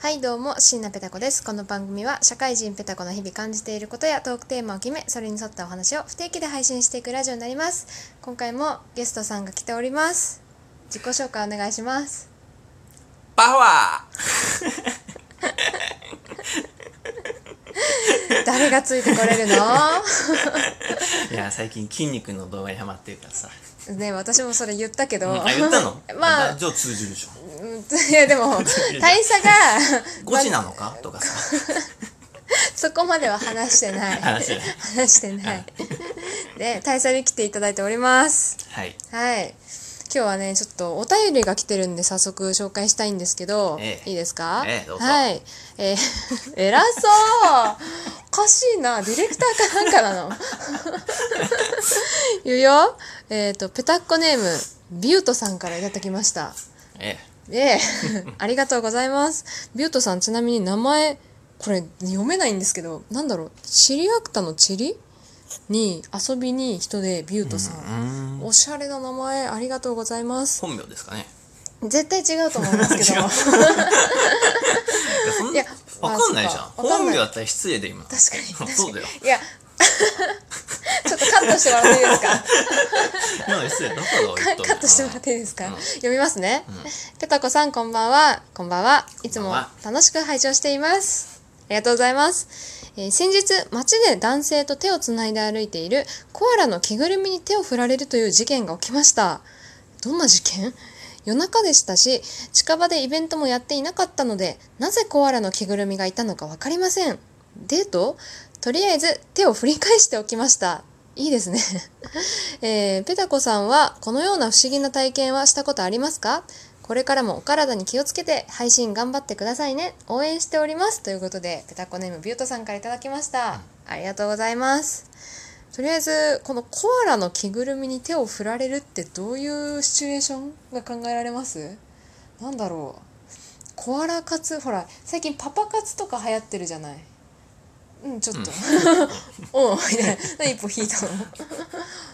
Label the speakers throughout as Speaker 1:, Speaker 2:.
Speaker 1: はいどうも椎名ペタ子ですこの番組は社会人ペタ子の日々感じていることやトークテーマを決めそれに沿ったお話を不定期で配信していくラジオになります今回もゲストさんが来ております自己紹介お願いします
Speaker 2: パワ
Speaker 1: 誰がついてこれる
Speaker 2: ーいや最近筋肉の動画にハマってるからさ
Speaker 1: のね私もそれ言ったけど、
Speaker 2: あ言ったの
Speaker 1: まあ
Speaker 2: じゃあ通じるでしょ
Speaker 1: うんいや でも大差が
Speaker 2: 5時なのかとかさ
Speaker 1: そこまでは話してない
Speaker 2: 話してない
Speaker 1: 話してないで大佐に来ていただいております
Speaker 2: はい
Speaker 1: はい今日はねちょっとお便りが来てるんで早速紹介したいんですけど、
Speaker 2: ええ
Speaker 1: いいですか、
Speaker 2: ええどうぞ
Speaker 1: はいえー 偉そうおかしいなディレクターかなんかなの 言うよえっ、とペタッコネームビュートさんからいただきました
Speaker 2: え
Speaker 1: ええ、 ありがとうございます。ビュートさん、ちなみに名前、これ読めないんですけど、なんだろう、チリアクタのチリに遊びに人でビュートさ。
Speaker 2: えうんん
Speaker 1: おしゃれな名前、ありがとうございます。
Speaker 2: 本名ですかね
Speaker 1: 絶対違うと思いますけど。
Speaker 2: 違う
Speaker 1: 確か
Speaker 2: いやそん
Speaker 1: いや
Speaker 2: わかんないじゃん
Speaker 1: あそうかわかん
Speaker 2: 本
Speaker 1: な
Speaker 2: 名
Speaker 1: い
Speaker 2: だったら失礼で今
Speaker 1: に。確かに
Speaker 2: そうだよ
Speaker 1: いや、 ちょっとカットしてもらっていいですか
Speaker 2: 今の失礼どこが言っとん
Speaker 1: カットしてもらっていいですか、
Speaker 2: うん
Speaker 1: 読みますね、ペタコさんこんばんはこんばんはいつ
Speaker 2: こん
Speaker 1: も
Speaker 2: ばんは
Speaker 1: 楽しく拝聴していますありがとうございます、えー先日街で男性と手をつないで歩いているコアラの着ぐるみに手を振られるという事件が起きましたどんな事件夜中でしたし近場でイベントもやっていなかったのでなぜコアラの着ぐるみがいたのか分かりませんデートとりあえず手を振り返しておきましたいいですね、 えーペタコさんはこのような不思議な体験はしたことありますかこれからもお体に気をつけて配信頑張ってくださいね応援しておりますということでペタコネームビュートさんからいただきました、ありがとうございますとりあえずこのコアラの着ぐるみに手を振られるってどういうシチュエーションが考えられますなんだろうコアラ活ほら最近パパ活とか流行ってるじゃないうんちょっと、うん、おうみたいな何一歩引いた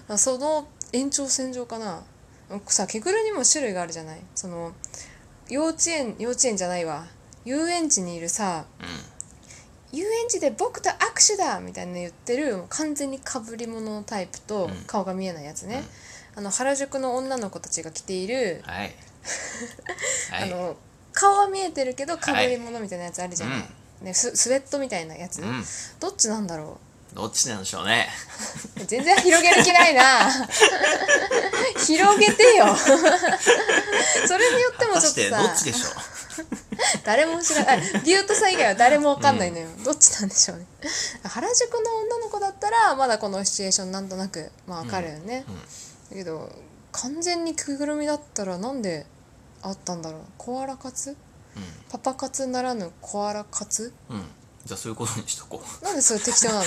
Speaker 1: のその延長線上かなさ着ぐるみも種類があるじゃないその幼稚園幼稚園じゃないわ遊園地にいるさ
Speaker 2: う
Speaker 1: 遊園地で僕と握手だみたいなの言ってるもう完全にかぶり物のタイプと
Speaker 2: うん
Speaker 1: 顔が見えないやつね、あの原宿の女の子たちが着ている
Speaker 2: ん、はい
Speaker 1: あ
Speaker 2: はい
Speaker 1: の顔は見えてるけどかぶり物みたいなやつあるじゃない、ね、ススウェットみたいなやつ、
Speaker 2: うんうん
Speaker 1: どっちなんだろ
Speaker 2: どっちなんでしょうね
Speaker 1: う全然広げる気ないな 広げて よそれによって
Speaker 2: 果
Speaker 1: も
Speaker 2: た
Speaker 1: ちょ
Speaker 2: してど
Speaker 1: っ
Speaker 2: っ
Speaker 1: と
Speaker 2: ちで
Speaker 1: さ
Speaker 2: しょ
Speaker 1: 誰も知らないあビュートさん以外は誰もわかんないのよ、どっちなんでしょうね原宿の女の子だったらまだこのシチュエーションなんとなくまあわかるよね、
Speaker 2: うんうん
Speaker 1: だけど完全に着ぐるみだったらなんであったんだろうコアラ活
Speaker 2: う
Speaker 1: パパ活ならぬコアラ活
Speaker 2: うんうんじゃあそういうことにしとこう
Speaker 1: なんでそれ適当なの い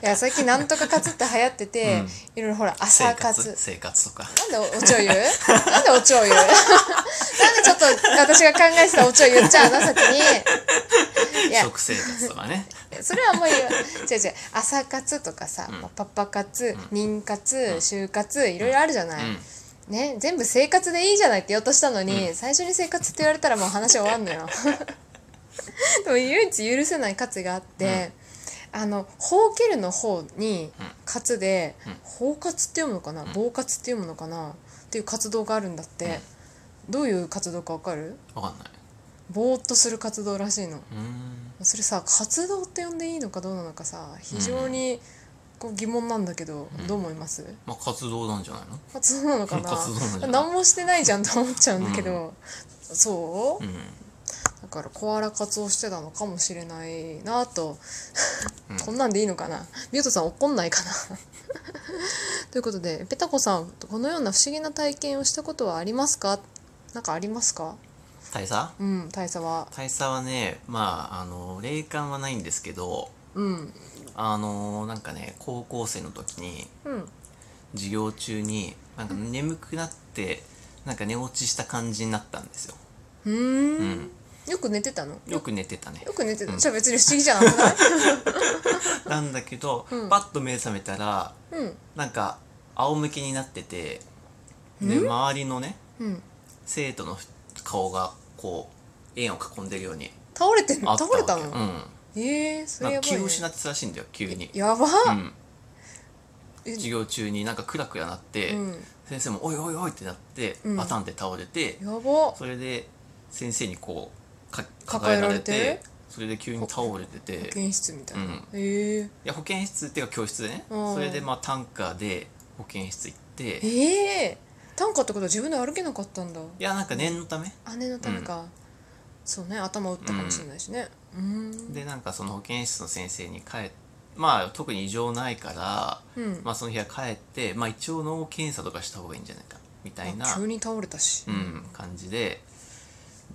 Speaker 1: や最近なんとか活って流行ってて、
Speaker 2: うん
Speaker 1: いろいろほら朝
Speaker 2: 生
Speaker 1: 活
Speaker 2: 活生活とか
Speaker 1: なんでおおちょ言うなんでおちょ言う なんでちょっと私が考えてたおちょ言っちゃうの先にいや
Speaker 2: 食生活と かね
Speaker 1: それはあんまり言わ違う違う朝活とかさ、
Speaker 2: うん
Speaker 1: まあパパ活、
Speaker 2: うん
Speaker 1: 妊活、就活いろいろあるじゃない、
Speaker 2: うん
Speaker 1: ね、全部生活でいいじゃないって言おうとしたのに、最初に生活って言われたらもう話終わんの よでも唯一許せない喝があって、あの「ほうける」の方に
Speaker 2: うん
Speaker 1: 喝で
Speaker 2: うん
Speaker 1: 「包、括、って読むのかな「棒活」って読むのかなっていう活動があるんだって、どういう活動かわかる
Speaker 2: わかんない
Speaker 1: ぼーっとする活動らしいの
Speaker 2: うーん
Speaker 1: それさ活動って呼んでいいのかどうなのかさ非常にこう疑問なんだけど、
Speaker 2: うん
Speaker 1: どう思います
Speaker 2: まあ活動なんじゃないの
Speaker 1: 活動なのかな
Speaker 2: 活動なんじゃない
Speaker 1: 何もしてないじゃんと思っちゃうんだけど、そううんだからコアラ活をしてたのかもしれないなと、
Speaker 2: うん
Speaker 1: こんなんでいいのかなビュートさん怒んないかな ということでペタコさんこのような不思議な体験をしたことはありますかなんかありますか
Speaker 2: 大佐
Speaker 1: うん大佐は
Speaker 2: 大佐はねまああの霊感はないんですけど
Speaker 1: うん
Speaker 2: あのなんかね高校生の時に
Speaker 1: うん
Speaker 2: 授業中になんか眠くなってなんか寝落ちした感じになったんですよ、
Speaker 1: う
Speaker 2: うんん、
Speaker 1: よく寝てたの
Speaker 2: よく寝てたね
Speaker 1: よく寝てた
Speaker 2: うん
Speaker 1: じゃあ別に不思議じゃなくない
Speaker 2: なんだけど、
Speaker 1: うん
Speaker 2: パッと目覚めたら
Speaker 1: うん
Speaker 2: なんか仰向けになっててで周りのね
Speaker 1: うん
Speaker 2: 生徒の顔がこう円を囲んでるように
Speaker 1: 倒れてん
Speaker 2: あった
Speaker 1: 倒れた
Speaker 2: わけ
Speaker 1: の、
Speaker 2: うんなんか
Speaker 1: ええそれやばい、
Speaker 2: 気
Speaker 1: ね
Speaker 2: を、失ってたらしいんだよ急に
Speaker 1: やば、
Speaker 2: うん
Speaker 1: え
Speaker 2: 授業中になんかクラクラなって、
Speaker 1: うん
Speaker 2: 先生も「おいおいおい」ってなって
Speaker 1: うん
Speaker 2: バタンって倒れて、
Speaker 1: やば
Speaker 2: それで先生にこうか
Speaker 1: 抱
Speaker 2: 抱
Speaker 1: え
Speaker 2: え
Speaker 1: ら
Speaker 2: ら
Speaker 1: れ
Speaker 2: れ
Speaker 1: て
Speaker 2: てそれで急に倒れてて
Speaker 1: 保健室みたいな、
Speaker 2: うん
Speaker 1: ええ
Speaker 2: いや保健室っていうか教室でね、
Speaker 1: うん
Speaker 2: それでまあ短歌で保健室行って、い
Speaker 1: ええ短歌ってことは自分で歩けなかったんだ
Speaker 2: やなんか念のため
Speaker 1: 姉のためか、そうね頭打ったかもしれないしねうん
Speaker 2: でなんかその保健室の先生に帰っまあ特に異常ないから、
Speaker 1: うん
Speaker 2: まあ、その日は帰って、まあ、一応脳検査とかした方がいいんじゃないかみたいな、
Speaker 1: 急に倒れたし
Speaker 2: うん、感じで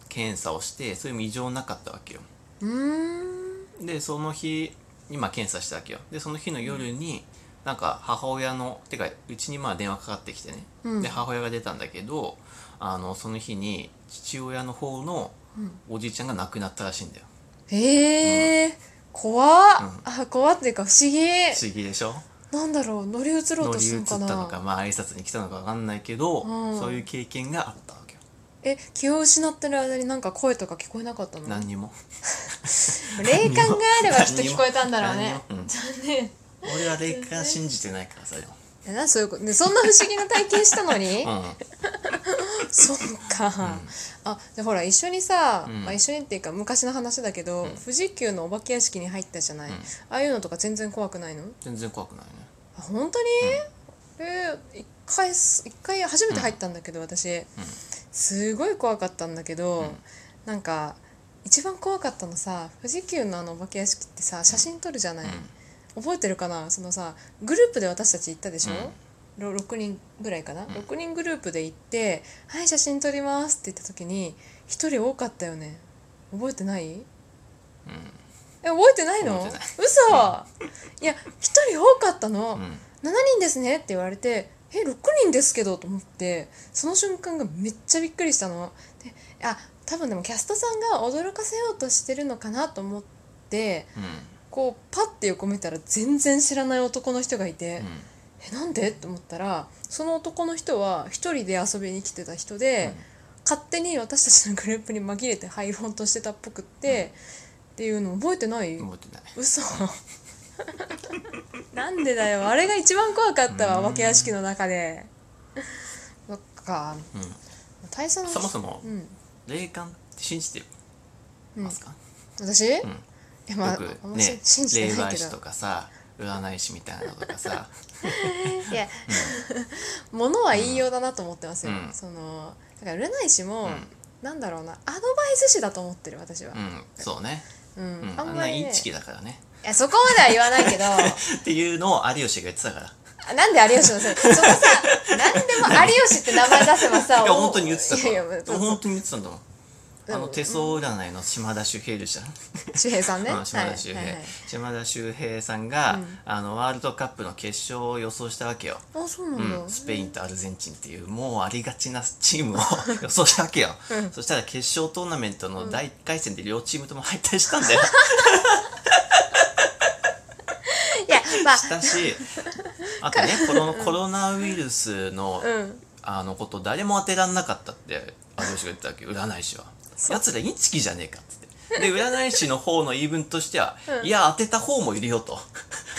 Speaker 2: 検査をしてそれも異常なかったわけよ
Speaker 1: うーん
Speaker 2: でその日今検査したわけよでその日の夜に、なんか母親のてかうちにまあ電話かかってきてね、
Speaker 1: うん
Speaker 2: で母親が出たんだけどあのその日に父親の方のおじいちゃんが亡くなったらしいんだよ
Speaker 1: ええ怖っ、
Speaker 2: うん
Speaker 1: あ怖っていうか不思議
Speaker 2: 不思議でしょ
Speaker 1: なんだろう乗り移ろう
Speaker 2: 乗
Speaker 1: と
Speaker 2: り
Speaker 1: す
Speaker 2: 移
Speaker 1: る
Speaker 2: っ
Speaker 1: の
Speaker 2: た
Speaker 1: かな
Speaker 2: のかまあ挨拶に来たのか分かんないけど、
Speaker 1: うん
Speaker 2: そういう経験があったわけよ
Speaker 1: え気を失ってる間になんか声とか聞こえなかったの
Speaker 2: 何にも
Speaker 1: 霊感があればきっと聞こえたんだろうね
Speaker 2: 何にも
Speaker 1: 残念
Speaker 2: うん俺は霊感信じてないからさでも
Speaker 1: いやなそういうことでそんな不思議な体験したの に、
Speaker 2: う
Speaker 1: そうか、あでほら一緒にさ、
Speaker 2: うん
Speaker 1: まあ、一緒にっていうか昔の話だけど、富士急のお化け屋敷に入ったじゃない、
Speaker 2: うん
Speaker 1: ああいうのとか全然怖くないの
Speaker 2: ん全然怖くないね
Speaker 1: あ本当に、えー一回す一回初めて入ったんだけど、私すごい怖かったんだけど、
Speaker 2: うん
Speaker 1: なんか一番怖かったのさ富士急のあのお化け屋敷ってさ写真撮るじゃない、覚えてるかなそのさグループで私たち行ったでしょ、ろ6人ぐらいかな、6人グループで行って「はい写真撮ります」って言った時に1人多かったよね覚えてないえ覚えてないの
Speaker 2: 覚えてない
Speaker 1: 嘘いや1人多かったの、
Speaker 2: うんうん
Speaker 1: 7人ですねって言われてえ6人ですけどと思ってその瞬間がめっちゃびっくりしたのであ多分でもキャストさんが驚かせようとしてるのかなと思って
Speaker 2: う
Speaker 1: こうパッて横見たら全然知らない男の人がいて、
Speaker 2: んうん
Speaker 1: えなんでって思ったらその男の人は一人で遊びに来てた人で、勝手に私たちのグループに紛れて入ろうとしてたっぽくって、っていうの覚えてない、
Speaker 2: うん覚えてない
Speaker 1: 嘘 なんでだよあれが一番怖かったわ
Speaker 2: う
Speaker 1: お
Speaker 2: ん
Speaker 1: 化け屋敷の中でそっか
Speaker 2: うん
Speaker 1: 大佐の
Speaker 2: そもそも
Speaker 1: うん、
Speaker 2: 霊感って信じて
Speaker 1: うん
Speaker 2: ますか、
Speaker 1: 私、
Speaker 2: うん
Speaker 1: いやまあ
Speaker 2: よく
Speaker 1: あんま
Speaker 2: ね
Speaker 1: 信じてな
Speaker 2: 霊
Speaker 1: い
Speaker 2: 媒
Speaker 1: け
Speaker 2: 師と
Speaker 1: ど
Speaker 2: かさ占い師みたいなのと かさ
Speaker 1: いや、ものは言いようだなと思ってますよ、
Speaker 2: うん
Speaker 1: そのだから占い師も、
Speaker 2: うん
Speaker 1: なんだろうなアドバイス師だと思ってる私は
Speaker 2: う、んそうね、
Speaker 1: うん
Speaker 2: うん、
Speaker 1: あ
Speaker 2: あ
Speaker 1: ん
Speaker 2: ん
Speaker 1: ま
Speaker 2: な
Speaker 1: り、
Speaker 2: イ
Speaker 1: ね、
Speaker 2: ンチキ
Speaker 1: い
Speaker 2: だからね
Speaker 1: やそこまでは言わないけ ど
Speaker 2: っていうのを有吉が言ってたから
Speaker 1: あなんで有吉のせいそのさ何でも有吉って名前出せばさ
Speaker 2: いや本当に言ってたか
Speaker 1: いやいや
Speaker 2: ら本当に言ってたんだもん
Speaker 1: で
Speaker 2: あ
Speaker 1: も
Speaker 2: の手相占いの島田秀平でした、
Speaker 1: 周平さんね。
Speaker 2: うん島田秀
Speaker 1: は
Speaker 2: 平、
Speaker 1: いはいはい
Speaker 2: 島田秀平さんが、
Speaker 1: うん
Speaker 2: あのワールドカップの決勝を予想したわけよ、
Speaker 1: あ、そうなんだ。
Speaker 2: うん、スペインとアルゼンチンっていうもうありがちなチームを 予想したわけよ、
Speaker 1: うん
Speaker 2: そしたら決勝トーナメントの第1回戦で両チームとも敗退したん だよ、
Speaker 1: いや、まあ、
Speaker 2: したし あとねこのコロナウイルスの,、
Speaker 1: うん。
Speaker 2: あのこと誰も当てらんなかったって有吉が言ってたわけ占い師は
Speaker 1: そう
Speaker 2: やつらインチキじゃねえかっつって。で占い師の方の言い分としては、いや当てた方もいるよと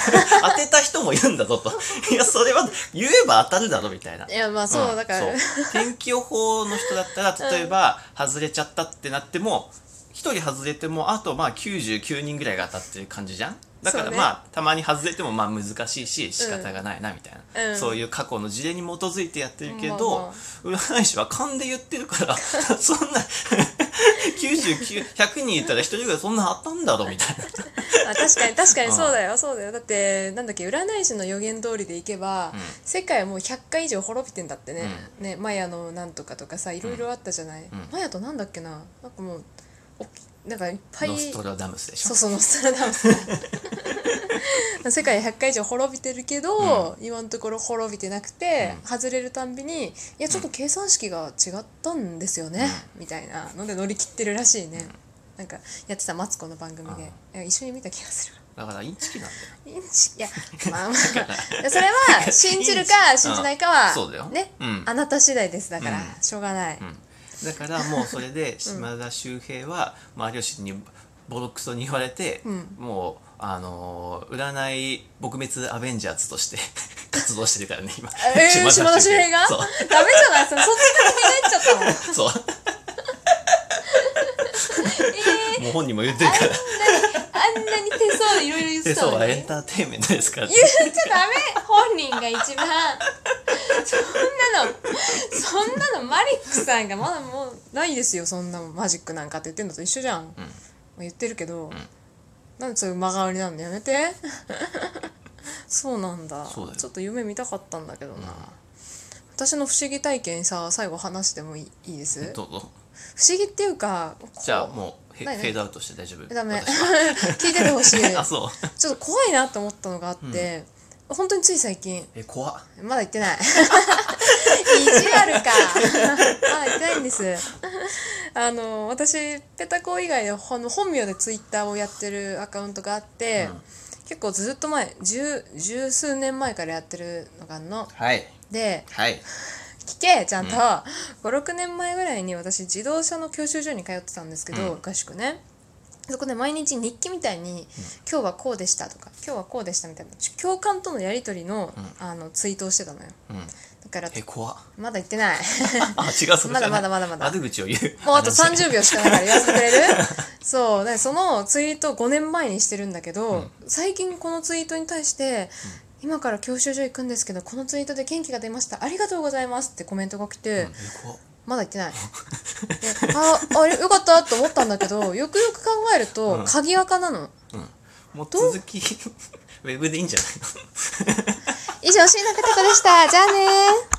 Speaker 2: 当てた人もいるんだぞといやそれは言えば当たるだろみたいない
Speaker 1: や、まあ、そう、
Speaker 2: ん
Speaker 1: だから、
Speaker 2: そう天気予報の人だったら例えば、外れちゃったってなっても1人外れてもあとまあ99人ぐらいが当たってる感じじゃんだか
Speaker 1: そう
Speaker 2: ら
Speaker 1: ね
Speaker 2: まあ、たまに外れてもまあ難しいし仕方がないなみたいな、
Speaker 1: うん
Speaker 2: そういう過去の事例に基づいてやってるけ
Speaker 1: まあま
Speaker 2: ど、占い師は勘で言ってるから そんな99100人いたら1人ぐらいそんな当たんだろみたいな。
Speaker 1: まあ確かに、確かにそうだよ、そうだよ。だって、なんだっけ、占い師の予言通りでいけば、
Speaker 2: ん
Speaker 1: 世界はもう100回以上滅びてんだってね。ね、マヤのなんとかとかさ、いろいろあったじゃない。
Speaker 2: ん
Speaker 1: マヤとなんだっけな、なんかもう、おっきなんかいっぱい。
Speaker 2: ノストラダムスでし
Speaker 1: そ
Speaker 2: ょ
Speaker 1: うそうノストラダムス世界100回以上滅びてるけど、今のところ滅びてなくて、外れるたんびにいやちょっと計算式が違ったんですよね、みたいなので乗り切ってるらしいね、なんかやってたマツコの番組でいや一緒に見た気がする
Speaker 2: だからインチキなんだよ
Speaker 1: インチい やまあまあそれは信じるか信じないかは、
Speaker 2: そうだよ
Speaker 1: ね、
Speaker 2: うん
Speaker 1: あなた次第ですだから、
Speaker 2: う
Speaker 1: しょうがない、
Speaker 2: んだからもうそれで島田秀平はまあ有吉にボロクソに言われて、
Speaker 1: うん
Speaker 2: もうあのー占い撲滅アベンジャーズとして 活動してるからね今、
Speaker 1: えー、島田秀平が
Speaker 2: そう
Speaker 1: ダメじゃないそそっちに入っちゃったの
Speaker 2: そう、もう本人も言ってるから
Speaker 1: あんなに手相いろいろ言って
Speaker 2: 手
Speaker 1: た
Speaker 2: 相
Speaker 1: の
Speaker 2: は
Speaker 1: に
Speaker 2: エンターテインメントですからって
Speaker 1: 言っちゃダメ本人が一番そんなのそんなのマリックさんがまだもうないですよそんなもんマジックなんかって言ってんのと一緒じゃん、まあ言ってるけど、なんでそういう間変わりなんだやめてそうなんだ
Speaker 2: そうだよ
Speaker 1: ちょっと夢見たかったんだけどな、
Speaker 2: ん
Speaker 1: 私の不思議体験さ最後話してもいいいいです不
Speaker 2: どうぞ
Speaker 1: 思議っていうか
Speaker 2: じゃあもうへフ
Speaker 1: ない
Speaker 2: ェ
Speaker 1: ない
Speaker 2: ードアウトして大丈夫
Speaker 1: ダメ
Speaker 2: 私
Speaker 1: 聞いててほしい
Speaker 2: あそう
Speaker 1: ちょっと怖いなと思ったのがあって、本当につい最近
Speaker 2: え怖っ
Speaker 1: まだ行って ない。意地悪か。まだ行ってないんです。あの、私、ペタコ以外でほん本名でツイッターをやってるアカウントがあって、
Speaker 2: うん
Speaker 1: 結構ずっと前、十、十数年前からやってるのがあんの。
Speaker 2: はい
Speaker 1: で、
Speaker 2: はい
Speaker 1: 聞けちゃんと、5、6年前ぐらいに私自動車の教習所に通ってたんですけど、合宿ね。そこで毎日日記みたいに、今日はこうでしたとか、今日はこうでしたみたいな、ち教官とのやりとりの、あの、ツイートをしてたのよ。
Speaker 2: うん
Speaker 1: だから、
Speaker 2: え怖っ
Speaker 1: まだ言って ない。
Speaker 2: あ違うそれじゃない
Speaker 1: まだまだまだまだ
Speaker 2: 悪口を言う
Speaker 1: もうあと
Speaker 2: 話
Speaker 1: 30秒しかないから言わせてくれるそう。で、そのツイートを5年前にしてるんだけど、最近このツイートに対して、今から教習所行くんですけど、このツイートで元気が出ました。ありがとうございますってコメントが来て、
Speaker 2: え怖っ
Speaker 1: まだ言ってない。であ、あれ、よかったと思ったんだけど、よくよく考えると、
Speaker 2: うん
Speaker 1: 鍵垢なの。
Speaker 2: もう続き ウェブでいいんじゃないの
Speaker 1: 以上、椎名ペタ子でした。じゃあねー。